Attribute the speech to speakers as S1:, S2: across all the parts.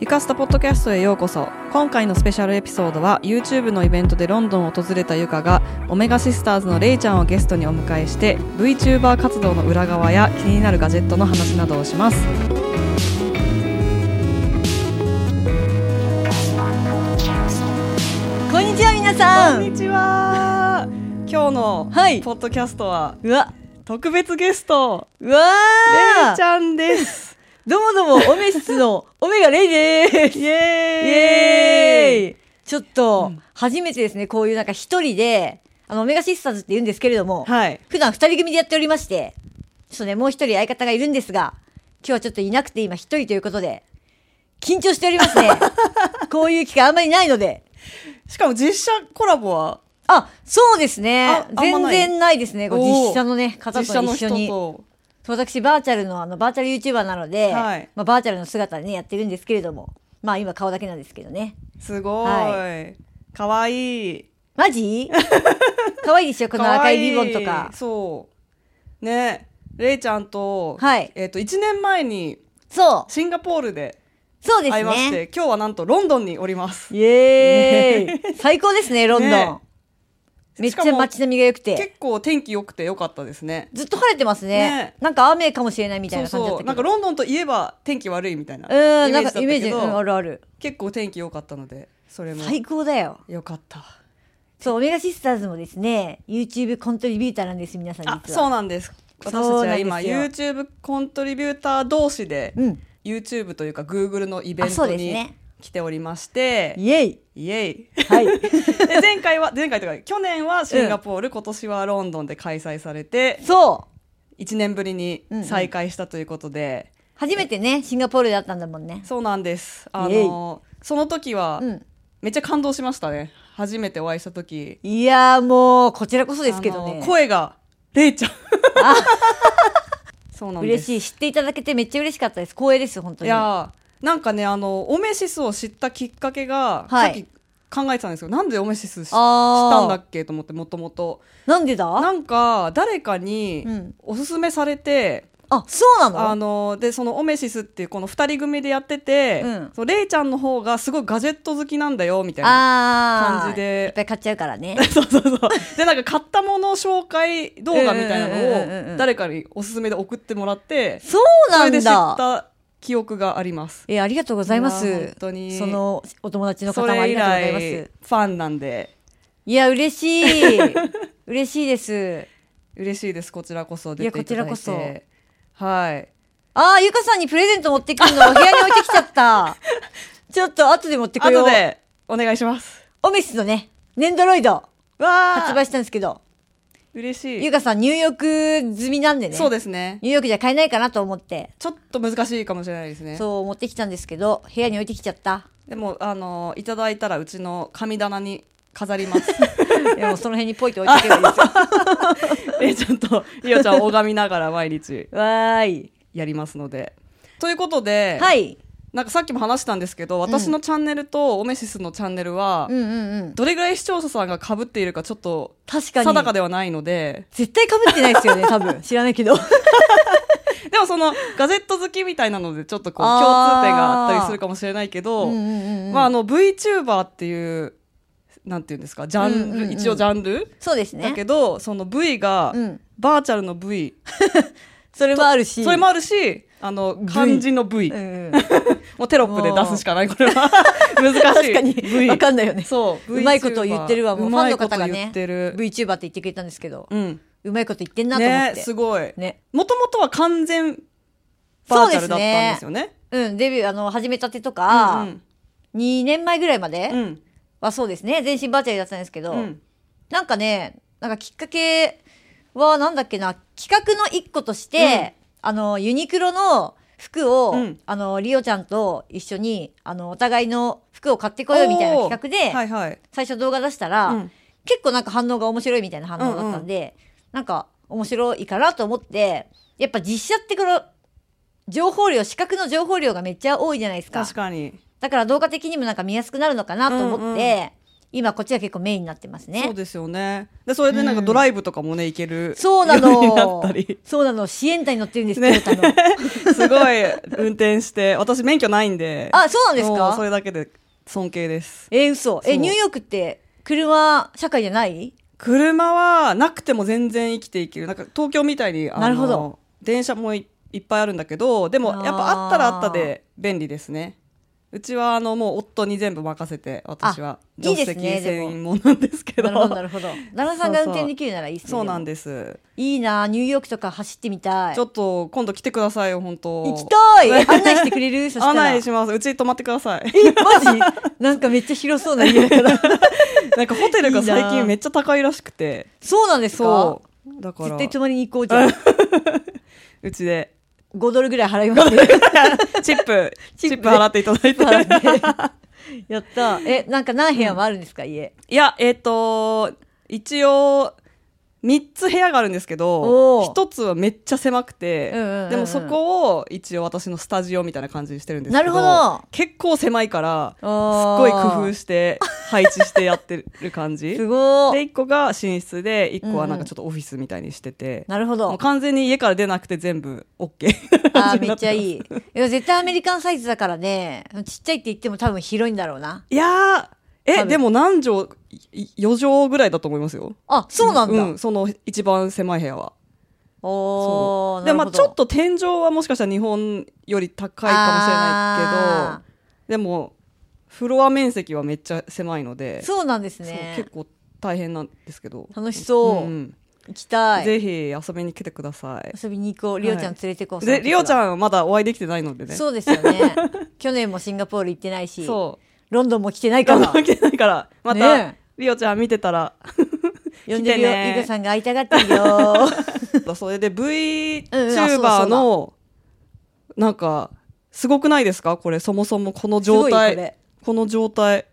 S1: ゆかしたポッドキャストへようこそ今回のスペシャルエピソードは YouTube のイベントでロンドンを訪れたゆかがオメガシスターズのレイちゃんをゲストにお迎えして VTuber 活動の裏側や気になるガジェットの話などをします
S2: こんにちは皆さ
S1: こん
S2: ん
S1: にちは今日の
S2: はい
S1: ポッドキャストは
S2: うわ
S1: 特別ゲスト
S2: うわ
S1: レイ
S2: ー
S1: ちゃんです
S2: どうもどうもオメシスのオメガレイでーす
S1: イ
S2: イ
S1: エーイ
S2: エーイちょっと、
S1: うん
S2: 初めてですねこういうなんか一人であのオメガシスターズって言うんですけれども、
S1: はい
S2: 普段二人組でやっておりましてちょっとねもう一人相方がいるんですが今日はちょっといなくて今一人ということで緊張しておりま すねこういう機会あんまりないので
S1: しかも実写コラボは
S2: あそうですね
S1: ああんま
S2: 全
S1: ない
S2: 然ないですねこう
S1: おー
S2: 実写のね方と
S1: 実写の
S2: 一緒
S1: 人
S2: に
S1: と
S2: 私バーチャルのあのバーチャル YouTuber なので、
S1: はい
S2: まあ、バーチャルの姿でねやってるんですけれどもまあ今顔だけなんですけどね
S1: すごい、
S2: は
S1: かわいい
S2: マ ジ可愛いでしょこの赤いリボンと
S1: わ
S2: か
S1: いいそうねれいちゃんと,、
S2: はい
S1: えっと1年前に
S2: そう
S1: シンガポールで
S2: そうです
S1: 会いまして、
S2: ね
S1: 今日はなんとロンドンにおります
S2: イエーイ 最高ですねロンドン、
S1: ね
S2: めっ
S1: し
S2: ち
S1: か
S2: ゃ
S1: も
S2: 街並みが良くて
S1: 結構天気良くて良かったですね
S2: ずっと晴れてますね
S1: ね
S2: なんか雨かもしれないみたいな感じだ
S1: そうそ
S2: った
S1: うなんか
S2: けど
S1: ロンドンといえば天気悪いみたいなイメ
S2: うんなん
S1: ージだっ
S2: かイ
S1: た
S2: メー
S1: け
S2: ジ、う
S1: ど、
S2: ん、あるある
S1: 結構天気良かったのでそれも
S2: 最高だよ
S1: 良かった
S2: そうオメガシスターズもですね YouTube コントリビューターなんです皆さん実は
S1: あそうなんです私たち
S2: そうな
S1: は
S2: んですよ
S1: 今 YouTube コントリビューター同士で、
S2: うん
S1: YouTube というか Google のイベン
S2: あ
S1: ト
S2: そうです
S1: に
S2: ね
S1: 来ておりまして、
S2: イエイ
S1: イエ イ
S2: はい
S1: で前回は前回というか去年はシンガポール、今年はロンドンで開催されて
S2: そう
S1: 1年ぶりに再開したということで、
S2: 初めてねシンガポールだったんだもんね
S1: そうなんですあ
S2: イエイ
S1: のその時は、
S2: うん
S1: めっちゃ感動しましたね初めてお会いした時
S2: いやーもうこちらこそですけど
S1: あ
S2: ね
S1: の声がレイちゃん
S2: あ
S1: そうなんです
S2: 嬉しい知っていただけてめっちゃ嬉しかったです光栄です本当
S1: い
S2: には
S1: やーなんかねあのオメシスを知ったきっかけが、
S2: はい
S1: さっき考えてたんですけどなんでオメシスし知っ
S2: あー
S1: たんだっけと思ってもともと
S2: なんでだ
S1: なんか誰かに
S2: うん
S1: おすすめされて、
S2: あそうな
S1: あ
S2: の
S1: のでそのオメシスっていうこの2人組でやってて、
S2: うん
S1: そうレイちゃんの方がすごいガジェット好きなんだよみたいな。
S2: あー
S1: 感じで
S2: いっぱい買っちゃうからね
S1: そうそうそうでなんか買ったもの紹介動画みたいな
S2: うんうんうんうん
S1: の
S2: う
S1: を
S2: ん
S1: 誰かにおすすめで送ってもらって
S2: そう
S1: そ
S2: な
S1: れで
S2: ん
S1: 知っ
S2: だ
S1: た記憶があります。
S2: えありがとうございま
S1: いやー本
S2: す
S1: 当に
S2: そのお友達の方
S1: そ
S2: もあ
S1: れ以
S2: りがとうございま
S1: 来
S2: す
S1: ファンなんで
S2: いや嬉し い嬉しいです
S1: 嬉しいですこちらこそ
S2: い
S1: 出
S2: や
S1: ていただいて
S2: こちらこ
S1: はい
S2: あーゆかさんにプレゼント持ってくるのを部屋に置いてきちゃった ちょっと後で持ってくよ
S1: 後でお願いします
S2: オメシスのねネンドロイド
S1: わー
S2: 発売したんですけど、
S1: 嬉しい
S2: ゆうかさん入浴済みなんでね。
S1: そうですね
S2: 入浴じゃ買えないかなと思って、
S1: ちょっと難しいかもしれないですね
S2: そう持ってきたんですけど、部屋に置いてきち ゃった。
S1: でもあのいただいたらうちの神棚に飾ります
S2: でもその辺にポイって置いてけばいいですよ。
S1: えちょっとリオちゃんを拝みながら毎日
S2: わーい。
S1: やりますのでということで、
S2: はい。
S1: なんかさっきも話したんですけど私のチャンネルとオメシスのチャンネルは、
S2: うんうんうん。
S1: どれぐらい視聴者さんがかぶっているかちょっと
S2: 確かに。
S1: 定かではないの で
S2: 絶対被ってないですよね、多 分。知らないけど。
S1: でもそのガジェット好きみたいなのでちょっとこう
S2: あ
S1: 共
S2: ー
S1: 通点があったりするかもしれないけど、
S2: うんうんうん
S1: まああの VTuber っていうなんていうんですかジャンル、
S2: うんうんうん
S1: 一応ジャンル
S2: そうです
S1: だけ
S2: ね。
S1: ど、その V が、
S2: うん
S1: バーチャルの V
S2: それもあるし。
S1: それもあるしあの
S2: V
S1: 漢字の V、
S2: うんうん。
S1: もうテロップで出すしかないこれ は難しい
S2: 確かに。
S1: V
S2: わかんないよね。
S1: そう
S2: うまいこと言ってるわ、もうファンの方が
S1: うまい
S2: ね。
S1: こと言ってる、
S2: VTuber って言ってくれたんですけど、
S1: うん
S2: うまいこと言ってんなと思っ
S1: ね
S2: て
S1: す。ごい
S2: ね。
S1: もともとは完全バーチャルだったんですよね
S2: うん、デビュー、あの、始めたてとか、2年前ぐらいまで
S1: うんうん
S2: はそうですね、全身バーチャルだったんですけど、
S1: うん
S2: なんかね、なんかきっかけはなんだっけな、企画の一個として、あの、ユニクロの服を、
S1: うん
S2: あの、リオちゃんと一緒に、あの、お互いの服を買ってこようみたいな企画で、
S1: はいはい
S2: 最初動画出したら、
S1: うん
S2: 結構なんか反応が面白いみたいな反応だったんで、なんか面白いかなと思って、やっぱ実写ってこの、情報量、視覚の情報量がめっちゃ多いじゃないですか。
S1: 確かに
S2: だから動画的にもなんか見やすくなるのかなと思って、今こっちが結構メインになってますね
S1: そうですよねでそれでなんかドライブとかもね行ける
S2: そうな
S1: ようになっ
S2: の
S1: た り
S2: そうなの支援隊に乗ってるんです
S1: ね
S2: けど、ね、
S1: すごい運転して私免許ないんで
S2: あそうなんです
S1: もう
S2: か
S1: それだけで尊敬です
S2: えー、嘘
S1: そ
S2: え
S1: う
S2: ニューヨークって車社会じゃない
S1: 車はなくても全然生きていけるなんか東京みたいにあの
S2: なるほど
S1: 電車もいいっぱいあるんだけどでも
S2: あー
S1: やっぱあったらあったで便利ですねうちはあのもう夫に全部任せて私は
S2: あいい
S1: 助
S2: で
S1: 手席
S2: すねでも
S1: 専門なんですけ
S2: な
S1: ど
S2: るほどなるほど奈良さんが運転できるならいいですね
S1: そうなん
S2: で
S1: です、
S2: もいいなニューヨークとか走ってみたい
S1: ちょっと今度来てくださいよ本当
S2: 行きたい案内してく れるそしたら
S1: 案内しますうちに泊まってください
S2: えマジ なんかめっちゃ広そうな家だから
S1: なんかホテルが最
S2: いいな
S1: 近めっちゃ高いらしくて
S2: そうなんですか
S1: そうだから
S2: 絶対泊まりに行こうじゃん
S1: うちで
S2: 5ドルぐらい払いますね
S1: チップ
S2: チ
S1: チ
S2: ップ
S1: ップ払っていただ いて
S2: 払ってやったえなんか何部屋もあるんですか家
S1: いや、えっ、と、一応、3つ部屋があるんですけ
S2: お
S1: ど、
S2: ー
S1: 1つはめっちゃ狭くて、
S2: うんうんうんうん
S1: でもそこを一応私のスタジオみたいな感じにしてるんですけ
S2: な
S1: ど、
S2: るほど
S1: 結構狭いから、すっ
S2: あ
S1: ご
S2: ー
S1: い工夫して、配置してやってる感じ。
S2: す
S1: で、
S2: ごい
S1: 1個が寝室で、1個は
S2: うんうん
S1: なんかちょっとオフィスみたいにしてて、
S2: なるほ
S1: もう
S2: ど
S1: 完全に家から出なくて全部 OK。
S2: あーめっちゃいいいや絶対アメリカンサイズだからねちっちゃいって言っても多分広いんだろうない
S1: やー、
S2: 多
S1: え、
S2: 分
S1: でも何畳、4畳ぐらいだと思いますよ。
S2: あそうなんだ、
S1: うん、その一番狭い部屋は。
S2: お
S1: そう
S2: ーな
S1: で
S2: る
S1: ま
S2: ほ
S1: あ
S2: ど
S1: ちょっと天井はもしかしたら日本より高いかもしれないけどでもフロア面積はめっちゃ狭いので
S2: そうなんです
S1: そう
S2: ね
S1: 結構大変なんですけど
S2: 楽しそう、
S1: ん
S2: 行きたい
S1: ぜひ遊びに来てください
S2: 遊びに行こうリオちゃん連れてこう、
S1: でリオち
S2: ん
S1: ゃんはまだお会いできてないのでね
S2: そうですよね 去年もシンガポール行ってないし
S1: そう
S2: ロンドンも来てないか
S1: 頑
S2: ら
S1: 張ってないからまた、
S2: ね
S1: リオちゃん見てた ら
S2: 呼んでるよ、
S1: 来てね
S2: ゆかさんが会いたがってる よ
S1: それで
S2: うんあそうだ
S1: VTuber のなんかすごくないですかこれそもそもこの状
S2: すごい
S1: 態この状 態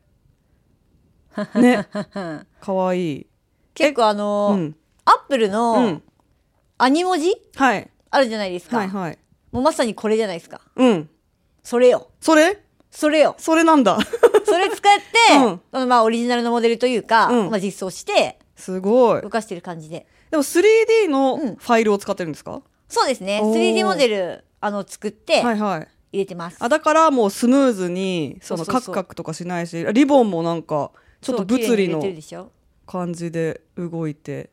S1: ね
S2: これ
S1: かわいい。
S2: 結構あの
S1: う
S2: ー
S1: ん。
S2: アップル
S1: う
S2: の
S1: ん。
S2: アニ文字
S1: はい。
S2: あるじゃないですか、
S1: はいはい。
S2: もうまさにこれじゃないですか
S1: うん。
S2: それよ
S1: それ
S2: それよ
S1: それなんだ。
S2: それ使って、
S1: うん
S2: あのまあオリジナルのモデルというか、
S1: うん
S2: まあ、実装して
S1: すごい
S2: 動。かしてる感じで
S1: でも 3D の
S2: うん
S1: ファイルを使ってるんですか、
S2: そうですね
S1: おー
S2: 3D モデルあの作って
S1: は
S2: 入
S1: いはい。
S2: れてます、
S1: あ、だからもうスムーズに、そ
S2: そ
S1: の
S2: うそう
S1: カ
S2: そう
S1: クカクとかしないし、リボンもなんか、ちょっと物理
S2: そう綺麗に入れ
S1: の
S2: てるでしょ
S1: 感じで動いて、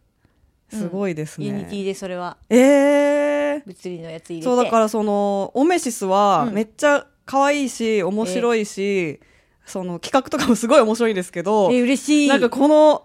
S1: すごいです
S2: ユニテ
S1: ね。
S2: ィでそれは
S1: えー。
S2: 物理のやつ入れて
S1: そうだからその、オメシスは
S2: うん
S1: めっちゃ可愛いし、面白いし、その企画とかもすごい面白いんですけど、
S2: え嬉しい
S1: なんかこの、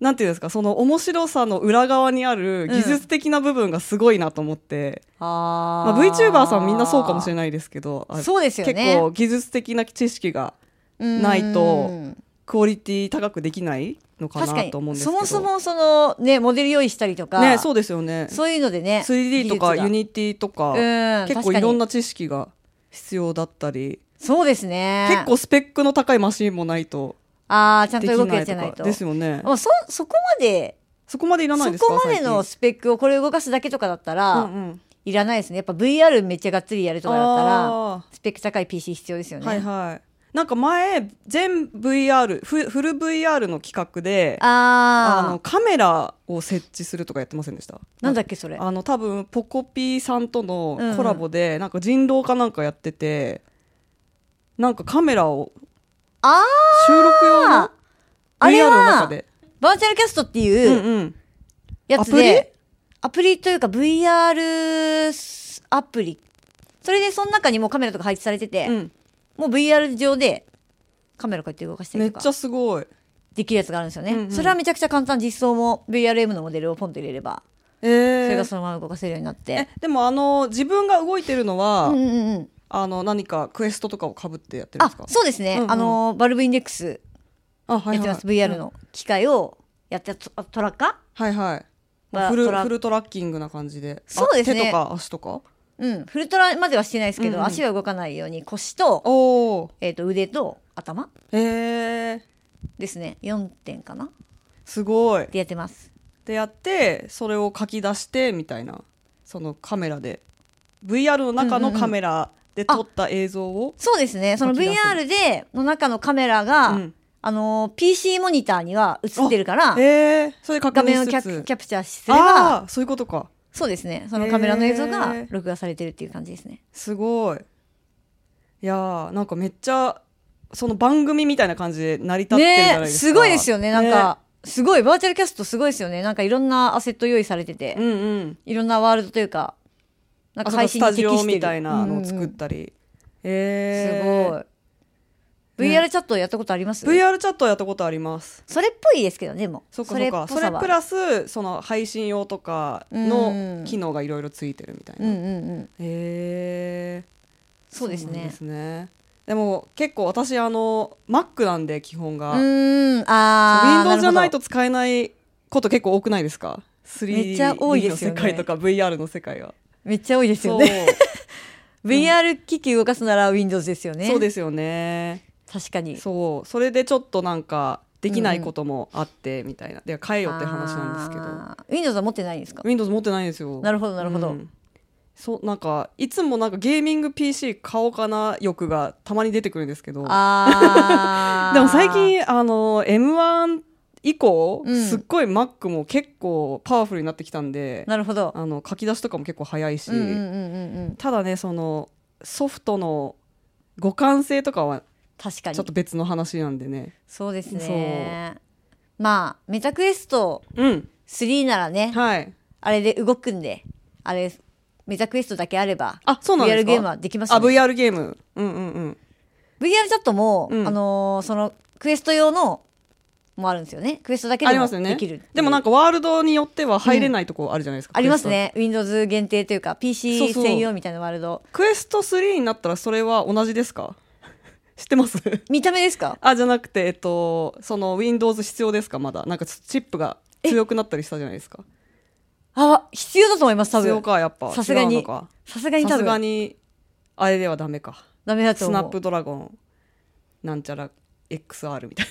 S1: なんていうんですか、その面白さの裏側にある技術的な部分がすごいなと思って、
S2: あ
S1: まあ、VTuber さんみんなそうかもしれ
S2: な
S1: ないですけど、あ
S2: そうですよね
S1: 結構技術的な知識がないと
S2: うん
S1: クオリティ高くできないのか
S2: 確か
S1: な
S2: に
S1: と思うんですけ
S2: そ
S1: ど。
S2: もそもそのねモデル用意したりとか
S1: ね、そうですよね。
S2: そういうのでね
S1: 3D とかユ
S2: ニ
S1: ニティとか、
S2: うん
S1: 結構いろん
S2: な
S1: な知識が必要だったり、
S2: そうですね
S1: 結構スペックの高いマシンもないと
S2: ああちゃん
S1: で
S2: と
S1: き
S2: 動く
S1: な
S2: や
S1: い
S2: つじ
S1: と
S2: ゃない
S1: か
S2: と
S1: ですよね。
S2: まあそそこまで
S1: そこまでいらない
S2: そ
S1: ですか
S2: こまでの
S1: 最
S2: スペックをこれ動かすだけとかだったら、
S1: 近うんうん
S2: いらないですねやっぱ VR めっちゃがっつりやるとかだったら
S1: あー
S2: スペック高い PC 必要ですよね、
S1: はいはい。なんか前、全 VR、フフル VR の企画で、あ
S2: あ
S1: の、
S2: あ
S1: カメラを設置するとかやってませんでした
S2: なんだっけそれ
S1: あの、多分、ポコピーさんとの
S2: うんうん
S1: コラボで、なんか人狼かなんかやってて、なんかカメラを
S2: あ
S1: 収録用の
S2: ああれ
S1: VR
S2: は
S1: の中で。
S2: バーチャルキャストって
S1: う
S2: いうん
S1: うん。
S2: やつで、アプリというか VR アプリ。それでその中にもうカメラとか配置されてて、
S1: うん、
S2: もう VR 上でカメラこうやって動かした
S1: め
S2: り
S1: っ
S2: と
S1: ちゃ
S2: か
S1: すごい。
S2: できるやつがあるんですよね。
S1: うんうん
S2: それはめちゃくちゃ簡単実装も VRM のモデルをポンと入れれば、
S1: え
S2: それが
S1: ー、
S2: そのまま動かせるようになって
S1: え。でもあの自分が動いてるのは、
S2: うんうんうん。
S1: あの何かクエストとかをかぶってやってるん
S2: あ
S1: ですか、
S2: そうですね。
S1: うんうん
S2: あの、バルブインデックス
S1: あは
S2: やってます。VR の機械をやってトトラッカ
S1: はいはい。
S2: まあ
S1: フル
S2: トラ
S1: フルトラッキングな感じで。あ
S2: そうですね
S1: 手とか足とか。
S2: うん。フルトラまではしてないですけど、
S1: うんうん
S2: 足は動かないように腰と、
S1: おお。
S2: えっ、と、腕と頭
S1: へえー、
S2: ですね。4点かな
S1: すごい。
S2: でやってます。
S1: でやってそれを書き出してみたいなそのカメラで VR の中
S2: うんう
S1: の
S2: んうん
S1: カメラで撮った映像を。
S2: そうですね。その
S1: 書き出す
S2: VR で、の中のカメラが、
S1: うん
S2: あのー PC モニターには映ってるから、
S1: えー、それ確
S2: 画
S1: 認
S2: 面を
S1: し
S2: キャ
S1: つ
S2: プ
S1: つ
S2: キャプチャーすれば、
S1: ああーそういうことか
S2: そうですね、そのカメラの映像が
S1: へー
S2: 録画されてるっていう感じですね。
S1: すごいいやーなんかめっちゃその番組みたいな感じで成り立ってるじゃない
S2: ね
S1: ですか、
S2: すごいですよね、なんか、すごい、バーチャルキャストすごいですよね、なんかいろんなアセット用意されてて、
S1: ねうんうん
S2: いろんなワールドというか、なん
S1: あ
S2: か
S1: そうか
S2: 配
S1: ス
S2: 信に
S1: タ
S2: 適
S1: ジ
S2: して
S1: オ
S2: る
S1: みたいなのを
S2: うん
S1: 作
S2: う
S1: っ
S2: ん
S1: たり、
S2: す
S1: えー、
S2: ごい。VR チャットやったことあります、
S1: VR チャットやったことあります
S2: それっぽいですけどね、でも
S1: そっかそっかそ
S2: れ
S1: れ
S2: っぽさは
S1: プラスその配信用とか
S2: うん
S1: の機能がいろいろついてるみたいな、
S2: うんうんうん。
S1: へえ
S2: そうです
S1: なん
S2: ね
S1: で。すねでも結構私あの Mac なんで基本
S2: う
S1: が、
S2: ーん、あー。
S1: Windows じゃないと
S2: る
S1: 使えないこと結構多くないですか 3D
S2: めっちゃ多いですよね
S1: の世界とか VR の世界が、
S2: ほど。めっちゃ多いですよ
S1: そう
S2: ね。VR 機器動かすなら Windows ですよね。
S1: そうですよね
S2: 確かに。
S1: そうそれでちょっとなんかできないこともあってみたいな、で変えよって話なんですけど
S2: すけど。Windows は持ってないんですか
S1: Windows 持ってないんですよ
S2: なるほど、なるほ
S1: う
S2: ど。
S1: んそうなんかいつもなんかゲーミング PC 買おうかな欲がたまに出てくるんですけど
S2: あ ー。
S1: でも最、近あの M1 以降、
S2: うん
S1: すっごい Mac も結構パワフルになってきたんで
S2: なるほど。
S1: あの書き出しとかも結構早いし、
S2: うんうんうんうんうん。
S1: ただねそのソフトの互換性とかは
S2: 確かに
S1: ちょっ。と別の話なんでね
S2: そうですね。まあ、メタクエスト
S1: うん
S2: 3ならね、
S1: はい
S2: あれで動くんで、あれ、メタクエストだけあれば、
S1: あそうなんですか
S2: VR ゲームはできます
S1: あ
S2: よね。
S1: VR ゲームうんうんうん
S2: VR チャットも、
S1: うん
S2: あのーそのクエスト用のもあるんですよねクエストだけ
S1: あ
S2: で
S1: り
S2: も
S1: ますよね
S2: できる
S1: でもなん
S2: か
S1: かワールドによっては入れないとこあるじゃないですか、
S2: あります
S1: クエス
S2: ね Windows 限定というか
S1: そう
S2: PC
S1: そう
S2: 専用みたいなワールド
S1: トクエスト3になったらそれは同じですか 知ってます
S2: 見た目ですか
S1: あじゃなくて、えっと、その Windows 必要ですかまだなんかチップが強くなったりしたじゃないですか
S2: あ必要だと思います多
S1: 必要
S2: 分
S1: かやっぱ
S2: さすが
S1: 違うの
S2: に
S1: か
S2: さすがに
S1: さ
S2: 多
S1: すが
S2: 分
S1: にあれではダメか
S2: ダメだと
S1: スナッ
S2: 思
S1: プ
S2: う
S1: ドラゴンなんちゃら XR みたい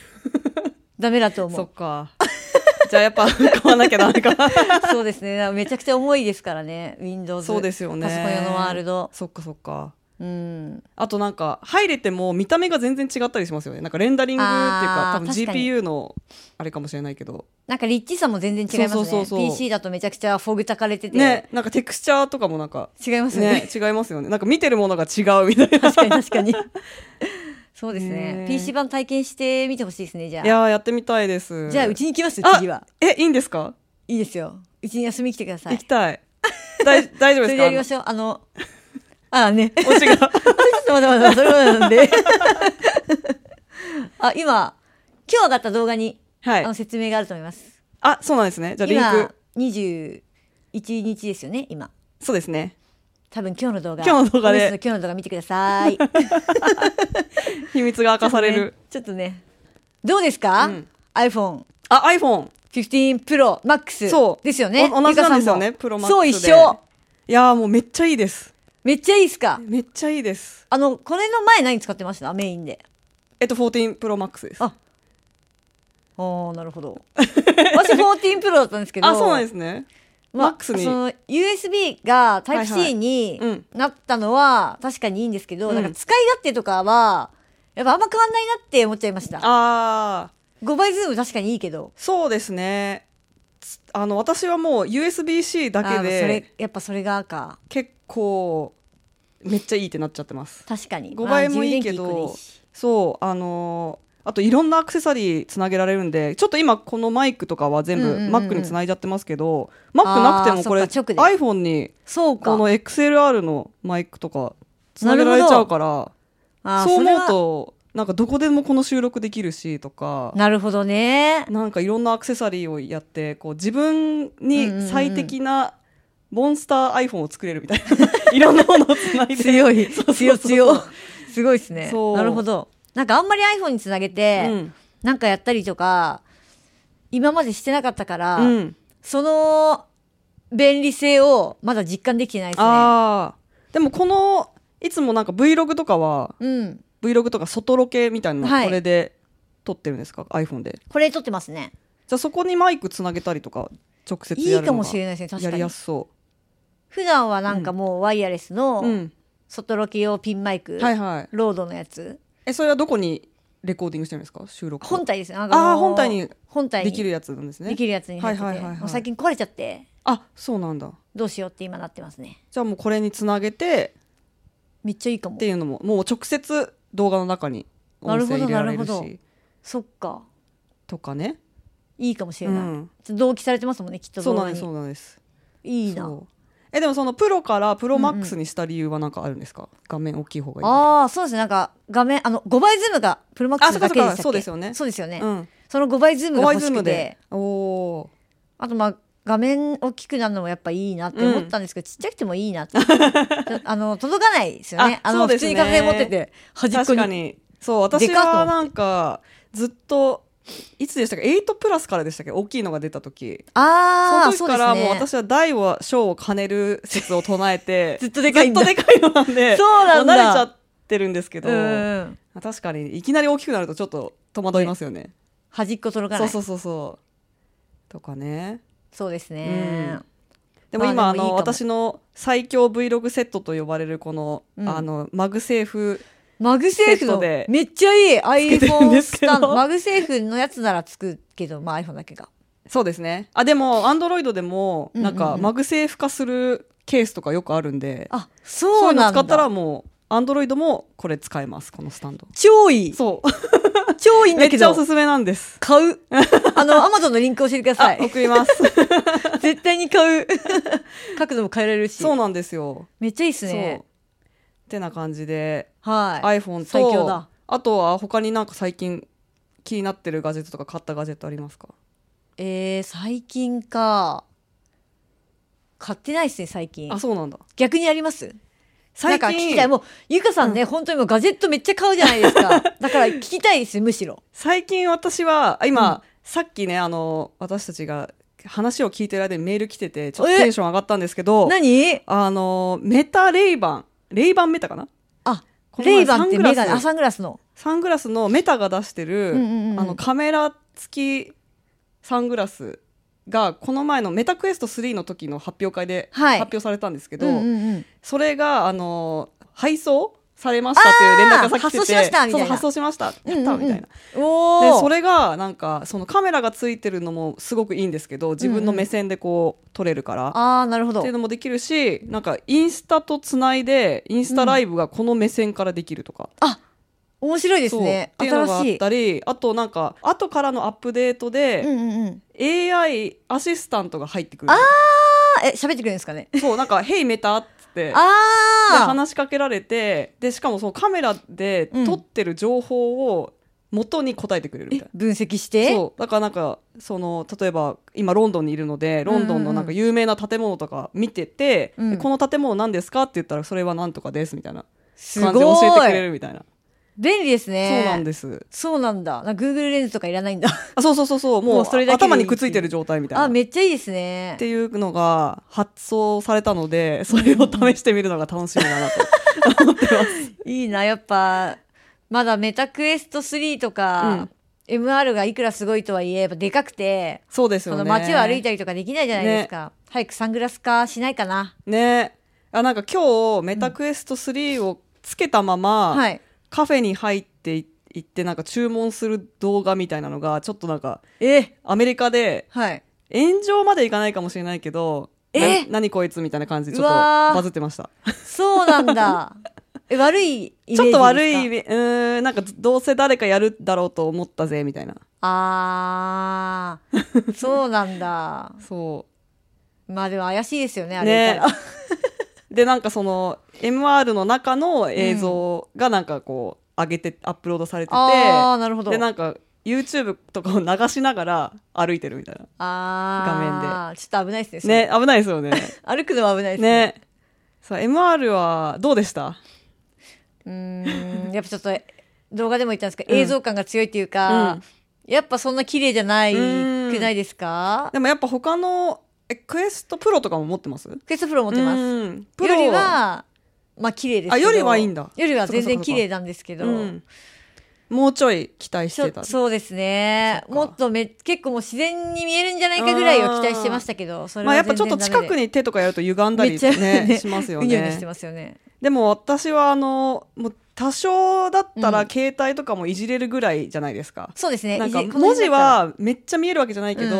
S2: ダメだと
S1: な
S2: 思
S1: そっ
S2: う
S1: か じゃあやっぱ買わなきゃダメか
S2: そうですねだからめちゃくちゃ重いですからね Windows
S1: そうですよね
S2: パソコン用のワールド
S1: そっかそっか
S2: うん
S1: あとなんか入れても見た目が全然違ったりしますよねなんかレンダリングっていうか
S2: あー
S1: 多分
S2: 確かに
S1: GPU のあれかもしれないけど
S2: なんかリッチさも全然違います
S1: そ
S2: ね
S1: うそうそうそう
S2: PC だとめちゃくちゃフォグたかれてて、
S1: ねなんかテクスチャーとかもなんか
S2: 違いますよね
S1: ね違いますよねなんか見てるものが違うみたいな
S2: 確かに確かにそうですね
S1: ねえ
S2: PC 版体験してみてほしいですねじゃ
S1: い
S2: あ
S1: やーやってみたいです
S2: じゃあうちに来ます
S1: あ
S2: 次は
S1: えいいんですか、
S2: いいですようちに休みに来てくださ
S1: 行
S2: い
S1: きたい大大丈夫
S2: そ
S1: です
S2: れで
S1: か
S2: やりましょう あのああねちょっ
S1: おち が
S2: と待って待って待ってそういうことな んであ今今日上がった動画に、
S1: はい
S2: あの説明があると思います
S1: あそうなんですねじゃあリン
S2: 今
S1: ク
S2: 21日ですよね今
S1: そうですね
S2: 多分今日の動画
S1: 今日の動画で
S2: ニュースの今日の動画見てくだ さい
S1: 秘密が明かされる、
S2: ちょっとねどうですか、
S1: うん
S2: iPhone
S1: あ iPhone
S2: 15 Pro Max
S1: そう
S2: ですよね。
S1: お同じなんですよね
S2: ゆかさも
S1: Pro Max
S2: そう一
S1: で
S2: 緒。
S1: いやーもうめっちゃいいです
S2: めっちゃいいっすか。
S1: めっちゃいいです
S2: あのこれの前何使ってましたメインで。
S1: えっと 14ProMax です
S2: あああなる ほど。私14 Pro だったんですけど。
S1: あそうなんですね
S2: まあ
S1: Max に
S2: その USB が
S1: はい
S2: Type
S1: はい
S2: C に
S1: うん
S2: なったのは確かにいいんですけど、
S1: うん
S2: なんか使い勝手とかはやっぱあんま変わんないなって思っちゃいました。
S1: ああ
S2: 5倍ズーム確かにいいけど。
S1: そうですねつあの私はもう USB-C だ
S2: あ
S1: け
S2: ーそれ
S1: で
S2: やっぱそれがか
S1: 結構めっちゃいいってなっちゃってます
S2: 確かに
S1: 5倍もいいけ
S2: まあ充電器一個でい
S1: ど
S2: いし
S1: そうあのーあといろんなアクセサリーつなげられるんでちょっと今このマイクとかは全部
S2: うんうんうん
S1: Mac につないじゃってますけど Mac なくてもこれ
S2: あーそっか直で
S1: iPhone に
S2: そうか
S1: この XLR のマイクとかつなげられちゃうから
S2: あー
S1: そう
S2: それ
S1: 思う
S2: は
S1: となんかどこでもこの収録できるしとか
S2: なるほ どね。
S1: なんかいろんなアクセサリーをやってこう自分
S2: うんうんうん
S1: に最適なモンスター iPhone を作れるみたいな いろんなものをつないで
S2: 強い。 強強。すごいですね。
S1: そう
S2: なるほど。なんかあんまり iPhone につなげて、
S1: うん
S2: なんかやったりとか、今までしてなかったから、
S1: うん
S2: その便利性をまだ実感できてないですね。
S1: ああでもこのいつもなんか Vlog とかは
S2: うん。
S1: Vlog とか外ロケみたいな
S2: はい
S1: のこれで撮ってるんですか、iPhone で
S2: これ撮ってますね。
S1: じゃあそこにマイクつなげたりとか直接
S2: い
S1: やるの
S2: い
S1: が
S2: かもしれないですね、確
S1: や
S2: か
S1: り
S2: に
S1: や。すそ
S2: 普段はなんかもうワイヤレス
S1: う、う
S2: の
S1: ん、
S2: 外ロケ用ピンマイク、
S1: はいはい
S2: ロードのやつ。
S1: えそれはどこにレコーディングしてるんですか収録
S2: 本体ですねあ
S1: あー本体に
S2: 本体に
S1: できるやつなんですね
S2: できるやつになってて、
S1: はいはいはいはい
S2: もう最近壊れちゃって
S1: あそうなんだ
S2: どうしようって今なってますね
S1: じゃあもうこれにつなげて
S2: めっちゃいいかも
S1: っていうのももう直接動画の中に音声入れられる
S2: なるほどなるほ
S1: し
S2: そっか
S1: とかね
S2: いいかもしれない、
S1: うん
S2: ちょっと同期されてますもんねきっと
S1: そう
S2: 動
S1: なんで
S2: 画に
S1: すそうなんです
S2: いいな
S1: そうえでもそのプロからプロマックスにした理由は何かあるんですか、画面大きい方がいい
S2: ああそうですねなんか画面あの5倍ズームがプロマックスだけでしたっ
S1: あ
S2: け
S1: そうかそうかそうですよね
S2: そうですよね、
S1: うん
S2: その5倍ズーム
S1: ホ
S2: が
S1: ワイ
S2: 欲
S1: ズー
S2: しく
S1: ム
S2: て
S1: でおお
S2: あとまあ画面大きくなるのもやっぱいいなって思ったんですけど、ちっちゃくてもいい なってちょあの届かないですよね
S1: あ
S2: あ
S1: そう
S2: の、
S1: で
S2: 普
S1: す
S2: 通
S1: ね
S2: に画面持ってて端っこ
S1: 確か
S2: に
S1: にそう
S2: で
S1: 私
S2: かっと思
S1: は
S2: って
S1: なんかずっといつでしたか8プラスからでしたっけ大きいのが出た時
S2: あ
S1: そ
S2: あ
S1: の時
S2: そう
S1: か
S2: です
S1: ら
S2: ね
S1: もう私は大は小を兼ねる説を唱えて
S2: ずっとでかいんだ
S1: ずっとでかいのなん で
S2: そうなんだ
S1: も慣れちゃってるんですけど
S2: うん
S1: 確かにいきなり大きくなるとちょっと戸惑いますよね
S2: 端っこ届かな
S1: そ
S2: いうそ
S1: そううそうそうとかね
S2: ですね、
S1: うんでも今
S2: ま
S1: あ
S2: あでもいい
S1: の
S2: かも
S1: 私の最強 Vlog セットと呼ばれるこの,、
S2: うん
S1: あのマグセーフ
S2: マグセーフ
S1: セット
S2: の
S1: で
S2: めっちゃいい
S1: けてるんで
S2: iPhone
S1: す
S2: ス
S1: けど
S2: タンドマグセーフのやつならつくけどまあ iPhone だけが
S1: そうですねあでも Android でも
S2: うんうん
S1: な
S2: うん
S1: んかマグセーフ化するケースとかよくあるんで、
S2: あ
S1: そう
S2: そ
S1: いううの
S2: なん
S1: 使
S2: だ
S1: ったらもう Android もこれ使えますこのスタンド
S2: 超いい
S1: そう
S2: 超いいん
S1: め
S2: だ
S1: っ
S2: け
S1: ちゃお
S2: ど
S1: すすめなんです
S2: 買うあのアマゾンのリンク教えてくださ
S1: あ
S2: い
S1: 送ります
S2: 絶対に買う角度も変えられるし
S1: そうなんですよ、
S2: めっちゃいいっす
S1: そう
S2: ね
S1: ってな感じで
S2: はい
S1: iPhone
S2: 最強
S1: と
S2: だ
S1: あとは他になんか最近気になってるガジェットとか買ったガジェットありますか
S2: えー、最近か買ってないっすね最近
S1: あそうなんだ
S2: 逆にあります
S1: 最
S2: なんか聞
S1: 近
S2: きたいもうゆかさんね、本当にもうガジェットめっちゃ買うじゃないです かだから聞きたいですむしろ
S1: 最近私はあ今、さっきねあの私たちが話を聞いてる間にメール来ててちょっと
S2: え
S1: テンション上がったんですけど
S2: 何
S1: あのメタレイバンレイバンメタかな
S2: あ
S1: この前
S2: レイバンってメガネ
S1: サングラス
S2: あサングラスの
S1: サングラスのメタが出してる、
S2: うんうんうん
S1: あのカメラ付きサングラスがこの前のメタクエスト3の時の発表会で
S2: はい
S1: 発表されたんですけど、
S2: うんうんうん
S1: それがあの配送されましたっていう連絡がさっき来てて
S2: あー発送しましたみたいな
S1: そうそう発送しましたやったみたいな、
S2: うんうんうんお
S1: で
S2: お
S1: それがなんかそのカメラがついてるのもすごくいいんですけど自分の目線でこう撮れるから、っ
S2: ああなるほど
S1: ていうのもできるしなんかインスタとつないでインスタライブがこの目線からできるとか、
S2: あ面白いです
S1: そう
S2: ね
S1: っていうのがあ
S2: 新し
S1: っ
S2: い
S1: たりあとなんか後からのアップデート
S2: う
S1: で
S2: んうんうん
S1: AI アシスタントが入ってくる
S2: あえ喋ってくれるんですかね
S1: そうなんか「ヘイメタ」っつって。で
S2: ああ
S1: 話しかけられてでしかもそのカメラで撮ってる情報を元に答えてくれるみたいな。
S2: 分析して
S1: そうだからなんかその例えば今ロンドンにいるのでロンドンのなんか有名な建物とか見てて、
S2: うん
S1: でこの建物何ですかって言ったらそれは何とかですみたいな
S2: す
S1: 感じで教えて
S2: ご
S1: くれ
S2: い
S1: るみたいな、
S2: 便利ですね
S1: そうなんです
S2: そうなんだなんか Google レンズとかいらないんだ
S1: あそうそうそうそうもう
S2: もうそれだけでいい
S1: 頭にくっついてる状態みたいな
S2: あ
S1: っ
S2: めっちゃいいですね
S1: ていうのが発送されたのでそれを試してみるのが楽しみだなと、
S2: いいなやっぱまだメタクエスト3とか、MR がいくらすごいとはいえやっぱでかくて
S1: そうです
S2: そ
S1: よね
S2: の街を歩いたりとかできないじゃないですか、早くサングラス化しないかな
S1: ねあなんか今日メタクエスト3をつけたまま、
S2: はい
S1: カフェに入ってい行ってなんか注文する動画みたいなのがちょっとなんか
S2: え
S1: アメリカで
S2: はい
S1: 炎上までいかないかもしれないけど
S2: え
S1: な何こいつみたいな感じでちょっと
S2: うわー
S1: バズってました
S2: そうなん だえ悪いイメージです
S1: ち
S2: か
S1: ょっと悪いイメうーんなんかどうせ誰かやるだろうと思ったぜみたいな
S2: あーそうなんだ
S1: そ
S2: まあでも怪しいですよねあ
S1: う
S2: れ見
S1: ね
S2: たら、
S1: でなんかその MR の中の映像がなんかこう上げてアップロードされてて、
S2: ああなるほど
S1: でなんか YouTube とかを流しながら歩いてるみたいな
S2: ああちょっと危ないですねそれ
S1: ね危ないですよね
S2: 歩くのは危ないですね
S1: ね。さあ MR はどうでした？
S2: うーんやっぱちょっと動画でも言ったんですけど、
S1: うん
S2: 映像感が強いっていうか、
S1: うん
S2: やっぱそんな綺麗じゃない
S1: うん
S2: くないですか
S1: でもやっぱ他のえクエストプロとかも持ってます？持っ
S2: クエストプロ持ってます。
S1: す。プ
S2: プ
S1: ロ
S2: ロよりはまあ綺麗です
S1: あ
S2: けど
S1: よりはいいんだ
S2: よりは全
S1: そっ
S2: 然
S1: かそっかそっか
S2: 綺麗なんですけど、
S1: うんもうちょい期待し
S2: ちょ
S1: てた。
S2: そうですね
S1: そっか
S2: もっとめ結構もう自然に見えるんじゃないかぐらいを期待してましたけどそれ
S1: まあ
S2: は
S1: やっぱちょっと近く
S2: に
S1: に手とかやると歪んだり
S2: めっち ゃ
S1: ねしますよ
S2: うにょうにょして
S1: ね。
S2: ますよね
S1: でも私はあのもう多少だった
S2: う
S1: ら
S2: ん
S1: 携帯とかもいじれるぐらいじゃないですか、
S2: そうですね。
S1: なんか
S2: いじこの
S1: 文字
S2: 辺だっ
S1: はめっちゃ見えるわけじゃないけ
S2: うん
S1: ど、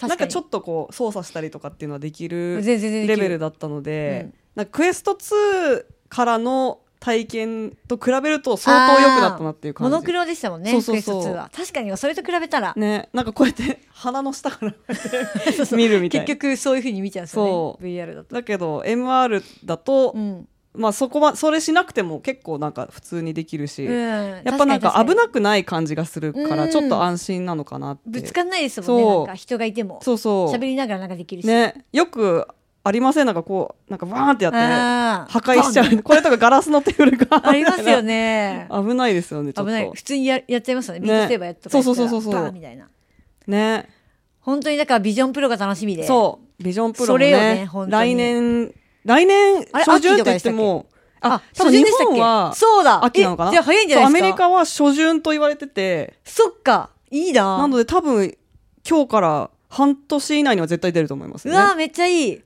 S2: 確かに
S1: なんかちょっとこう操作したりとかっていうのはでき
S2: たら
S1: る
S2: 全然全然
S1: レベル
S2: だ。
S1: だったので、
S2: うん
S1: なんかクエスト2からの体験と比べると相当良くなったなっていう
S2: モ
S1: 感じ
S2: ノクロでしたもんね。
S1: そうそうそう
S2: クエスト2は確かにそれと比べたら、
S1: ね、なんかこうや って鼻の下から
S2: そうそう
S1: 見るみたい
S2: 結
S1: な
S2: 局そういう風に見ちゃうんですよ
S1: そ
S2: ね。VR だと。
S1: だけど MR だと、
S2: うん。
S1: まあそこはそれしなくても結構なんか普通にできるし、
S2: うん
S1: やっぱなんか危
S2: い。
S1: なくない感じがするか
S2: う
S1: ら
S2: ん
S1: ちょっと安心なのかなって
S2: ぶつかんないですもんね。
S1: そう
S2: なんか人がいても。
S1: そうそう
S2: 喋りながらなんかできるし。
S1: ねよくありませんなんかこうなんかバーンってやって
S2: あー
S1: 破壊しちゃうこれとかガラスのテーブルが
S2: あります よね。
S1: 危ないですよねちょっ
S2: 危ない
S1: と
S2: 普通にややっちゃいますよねビ
S1: ね
S2: ートセーバーやっとかやったら
S1: そうそうそうそうそう
S2: バーンみたいな
S1: ね
S2: 本当にだからビジョンプロが楽しみで
S1: そうビジョンプロ
S2: そ
S1: も
S2: れよね
S1: ね
S2: 本当に
S1: 来年来年
S2: あれ
S1: 初
S2: 秋
S1: 旬って言
S2: とかで
S1: っ
S2: した
S1: て
S2: っけ
S1: もあ多
S2: 初
S1: 分
S2: 旬
S1: 日
S2: でしたっ
S1: 本
S2: け
S1: は
S2: そうだ
S1: 秋なのかな
S2: えじゃあ早いんじゃないですか
S1: そうアメリカは初旬と言われてて
S2: そっかいいな
S1: なので多分今日から半年以内には絶対出ると思います
S2: う
S1: ね
S2: わーめっちゃいい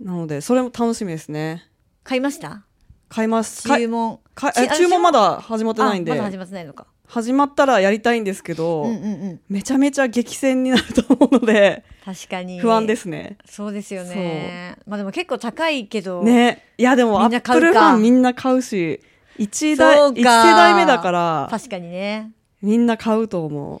S1: なのでそれも楽しみですね
S2: 買いました
S1: 買いますか
S2: 注文
S1: か
S2: ち
S1: え
S2: あ
S1: 注文まだ始まってないん
S2: あ
S1: で、
S2: まだ始まってないのか
S1: 始まったらやりたいんですけど、
S2: うんうんうん
S1: めちゃめちゃ激戦になると思うので
S2: 確かに
S1: 不安ですすね。
S2: そうですよねまあでも結構高いけど
S1: ね、いやでも
S2: み
S1: ア
S2: んな
S1: ッ
S2: 買う
S1: プル
S2: か
S1: ファンみんな買うし一
S2: そ
S1: 代
S2: うか
S1: 一世代目だから
S2: 確かにね
S1: みんな買うと思う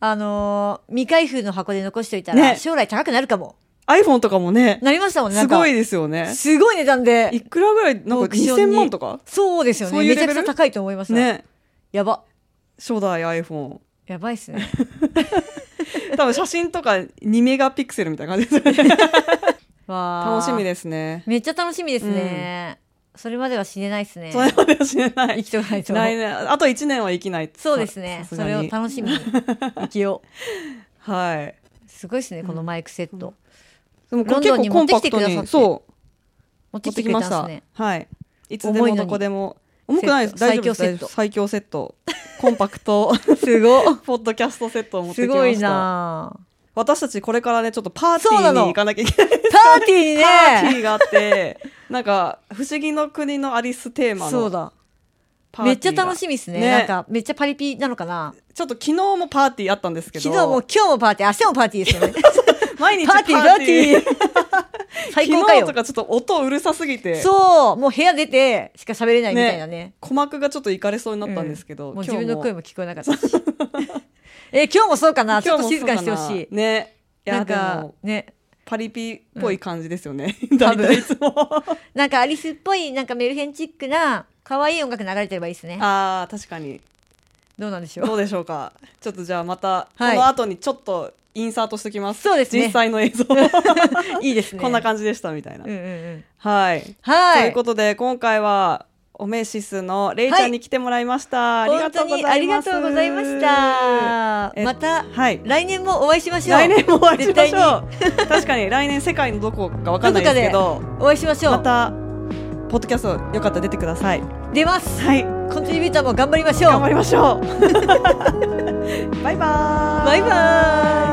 S2: あのー未開封の箱で残しておいたら
S1: ね
S2: 将来高くなるかも
S1: iPhone とかもね
S2: なりましたもんねな
S1: す
S2: んか
S1: ごいですよね
S2: すごい値段で
S1: いくらぐらいなん
S2: オ
S1: か
S2: ークションに
S1: 2000万とか
S2: そうですよね
S1: そういう
S2: め
S1: レ
S2: ちゃ
S1: ベル
S2: くちゃ高いと思いますね
S1: ね
S2: やば
S1: 初代 iPhone
S2: やばいっ すね
S1: 多分写真とか2メガピクセルみたいな感じですね楽
S2: 楽
S1: しみ
S2: す
S1: ですね
S2: めっちゃ楽しみですね、それまでは死ねないっすね
S1: それまでは知れな
S2: 生
S1: い
S2: きとかないと
S1: 来年あと1年は生きない
S2: そうですね
S1: さ
S2: そ
S1: さ
S2: れ
S1: が
S2: を
S1: に
S2: 楽しみに生き よう
S1: はい
S2: すごいですねこのマイクセット、
S1: でも
S2: ロンドンに持ってきてくださって
S1: そう
S2: 持っ
S1: 持
S2: て
S1: っ
S2: き
S1: て
S2: てく
S1: き
S2: れ
S1: ま
S2: た
S1: し
S2: んです
S1: た、
S2: ね
S1: はいいつで
S2: 重
S1: も
S2: いのに
S1: どこでも重くないです大丈夫です
S2: 最強セット
S1: 大丈夫最強セットコンパク ト
S2: すごい
S1: ポッドキャストセットを持って
S2: す
S1: きま
S2: ごい
S1: した
S2: なあ
S1: 私たちこれからねちょっとパーティ
S2: そうな
S1: ー
S2: の
S1: に行かなきゃいけない
S2: パーティーに
S1: パーティ
S2: ね
S1: ーがあって なんか「不思議の国のアリス」テーマ
S2: そう
S1: の
S2: だ
S1: パーティーが
S2: めっちゃ楽しみですね
S1: ね
S2: なんかめっちゃパリピなのかな
S1: ちょっと昨日もパーティーあったんですけど
S2: 昨日も今日もパーティー明日もパーティーです よね
S1: 毎日
S2: パーティーパーティー 最高か
S1: 昨日
S2: よ
S1: とかちょっと音うるさすぎて
S2: そうもう部屋出てしか喋れないみたいなね
S1: 鼓膜がちょっといかれそうになったんですけど、
S2: うんもう
S1: 今日
S2: 自分の声も聞こえなかったし え今日もそうかなちょっと静かにしてほしい
S1: ねい
S2: な
S1: や
S2: ん
S1: で
S2: か
S1: も
S2: ね
S1: パリピっぽい感じですよね、大
S2: 多分
S1: 体いつも
S2: なんかアリスっぽいなんかメルヘンチックな可愛い音楽流れてればいいですね
S1: あー確かに
S2: どうなんでし ょ
S1: ど
S2: う
S1: うでしょうかちょっとじゃあまた、
S2: はい
S1: この後にちょっとインサートしてきます
S2: そうですね
S1: 実際の 映像
S2: いいですね
S1: こんな感じでしたみたいな、
S2: うんうんうん
S1: はい、
S2: はい
S1: ということで今回はオメシスのレイちゃんに来てもらいました、ありが
S2: 本
S1: と
S2: 当
S1: うござい
S2: に
S1: ます
S2: ありがとうございました
S1: え
S2: また
S1: はい
S2: 来年もお会いしましょう
S1: 来年もお会いしまし
S2: 絶対
S1: ょう確かに来年世界のどこかわかんないですけど
S2: にお会いしましょ
S1: ま
S2: う
S1: たポッドキャストよかったら出てください
S2: 出ます
S1: はい
S2: コントリビューターも頑張りましょ
S1: 頑張
S2: う
S1: りましょう バイバーイ
S2: バイバーイ